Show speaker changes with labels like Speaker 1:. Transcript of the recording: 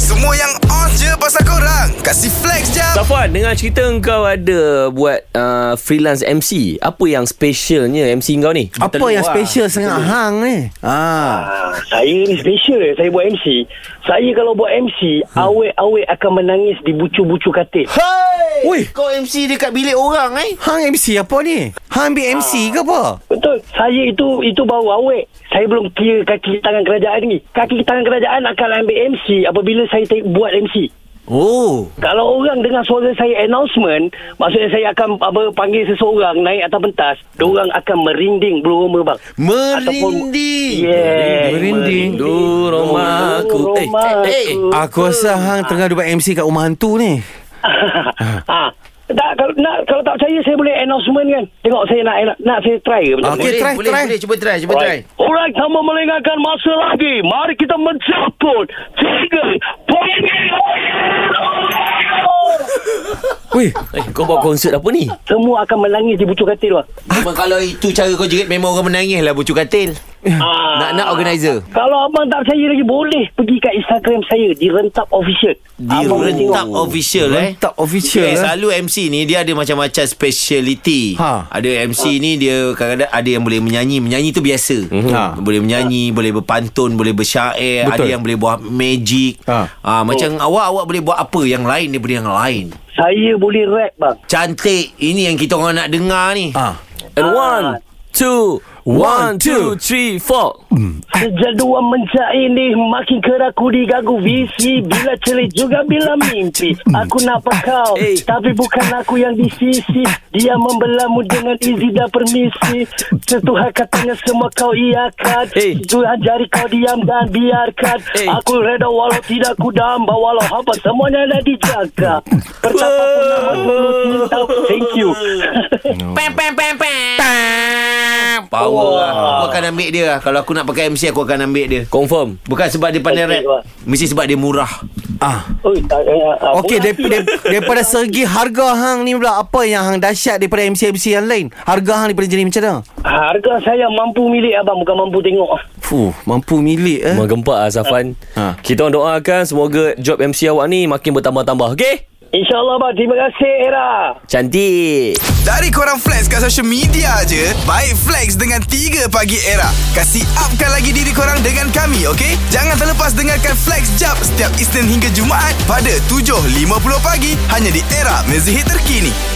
Speaker 1: Semua yang on je pasal korang Kasih flex jap
Speaker 2: Safwan, dengar cerita kau ada buat uh, freelance MC. Apa yang specialnya MC kau ni?
Speaker 3: Apa yang special sangat hang ni? Ha.
Speaker 4: Ah, saya ni special eh. Saya buat MC. Saya kalau buat MC, awet-awet akan menangis di bucu-bucu katil.
Speaker 5: Hey!
Speaker 3: Ui.
Speaker 5: Kau MC dekat bilik orang eh?
Speaker 3: Hang MC apa ni? Hang ambil
Speaker 5: Ah.
Speaker 3: MC ke apa?
Speaker 4: Betul. Saya itu itu baru awet. Saya belum kira kaki tangan kerajaan ni. Kaki tangan kerajaan akan ambil MC apabila saya te- buat MC.
Speaker 3: Oh.
Speaker 4: Kalau orang dengar suara saya announcement, maksudnya saya akan apa panggil seseorang naik atas pentas, orang akan merinding bulu roma bang.
Speaker 5: Merinding.
Speaker 4: Yeah.
Speaker 3: Merinding.
Speaker 2: Du
Speaker 4: Bulu
Speaker 2: rumahku. Eh,
Speaker 4: roma aku.
Speaker 3: Aku rasa hang tengah duduk MC kat rumah hantu ni.
Speaker 4: ha. Tak, kalau, nak, kalau tak percaya saya boleh announcement kan. Tengok saya nak nak, nak saya try ke
Speaker 3: Okey,
Speaker 4: macam
Speaker 5: boleh,
Speaker 3: try,
Speaker 5: boleh,
Speaker 3: try.
Speaker 5: boleh. Cuba try, cuba try.
Speaker 4: Orang sama melengahkan masa lagi. Mari kita mencampur. Tiga. Poin.
Speaker 3: Wih,
Speaker 2: eh, kau buat konsert apa ni?
Speaker 4: Semua akan menangis di bucu katil lah.
Speaker 5: Memang kalau itu cara kau jerit memang orang menangis lah bucu katil.
Speaker 4: Ah.
Speaker 5: Nak-nak organizer.
Speaker 4: Kalau abang tak percaya lagi boleh pergi kat Instagram saya di Rentap Official.
Speaker 5: Dia
Speaker 4: abang boleh tengok.
Speaker 5: rentap official eh.
Speaker 3: tak Oh. official.
Speaker 5: Eh,
Speaker 3: eh.
Speaker 5: selalu MC ni dia ada macam-macam speciality.
Speaker 3: Ha.
Speaker 5: Ada MC ni dia kadang-kadang ada yang boleh menyanyi. Menyanyi tu biasa.
Speaker 3: Ha.
Speaker 5: Boleh menyanyi, boleh berpantun, boleh bersyair,
Speaker 3: Betul.
Speaker 5: ada yang boleh buat magic.
Speaker 3: Ha.
Speaker 5: Ha, macam awak-awak boleh buat apa yang lain daripada yang lain.
Speaker 4: Saya boleh rap bang.
Speaker 5: Cantik. Ini yang kita orang nak dengar ni.
Speaker 3: Ah.
Speaker 2: And one, two, one, two, three, four.
Speaker 4: Sejaduan mencari ni Makin kerap ku diganggu visi Bila celik juga bila mimpi Aku nak kau
Speaker 2: Eh.
Speaker 4: Tapi bukan aku yang di sisi Dia membelamu dengan izin dan permisi Setuhan katanya semua kau iakan
Speaker 2: Eh.
Speaker 4: Tuhan jari kau diam dan biarkan
Speaker 2: Eh.
Speaker 4: Aku reda walau tidak ku damba Walau hamba semuanya dah dijaga Percapa pun nama dulu cinta Thank you
Speaker 5: Pam pam pam pam. Power lah. Aku akan ambil dia lah. Kalau aku nak pakai MC aku akan ambil dia.
Speaker 2: Confirm.
Speaker 5: Bukan sebab dia pandai
Speaker 4: Okay,
Speaker 5: rap.
Speaker 3: lah.
Speaker 4: Wak.
Speaker 5: Mesti sebab dia murah.
Speaker 3: Ah.
Speaker 4: Oi, tak, eh, ah,
Speaker 3: Okey,
Speaker 4: bola
Speaker 3: daripada, daripada segi harga hang ni pula apa yang hang dahsyat daripada MC-MC yang lain? Harga hang daripada jenis macam mana?
Speaker 4: Harga saya mampu milik abang Bukan mampu tengok
Speaker 3: Fuh, mampu milik eh.
Speaker 2: Memang gempak lah Safwan.
Speaker 3: Ha.
Speaker 2: Kita orang doakan semoga job MC awak ni makin bertambah-tambah. Okey?
Speaker 4: InsyaAllah bang Terima kasih Era
Speaker 2: Cantik.
Speaker 1: Dari korang flex kat social media je Baik flex dengan 3 pagi era Kasih upkan lagi diri korang dengan kami okay? Jangan terlepas dengarkan flex jap Setiap Isnin hingga Jumaat Pada 7.50 pagi Hanya di era mezihit terkini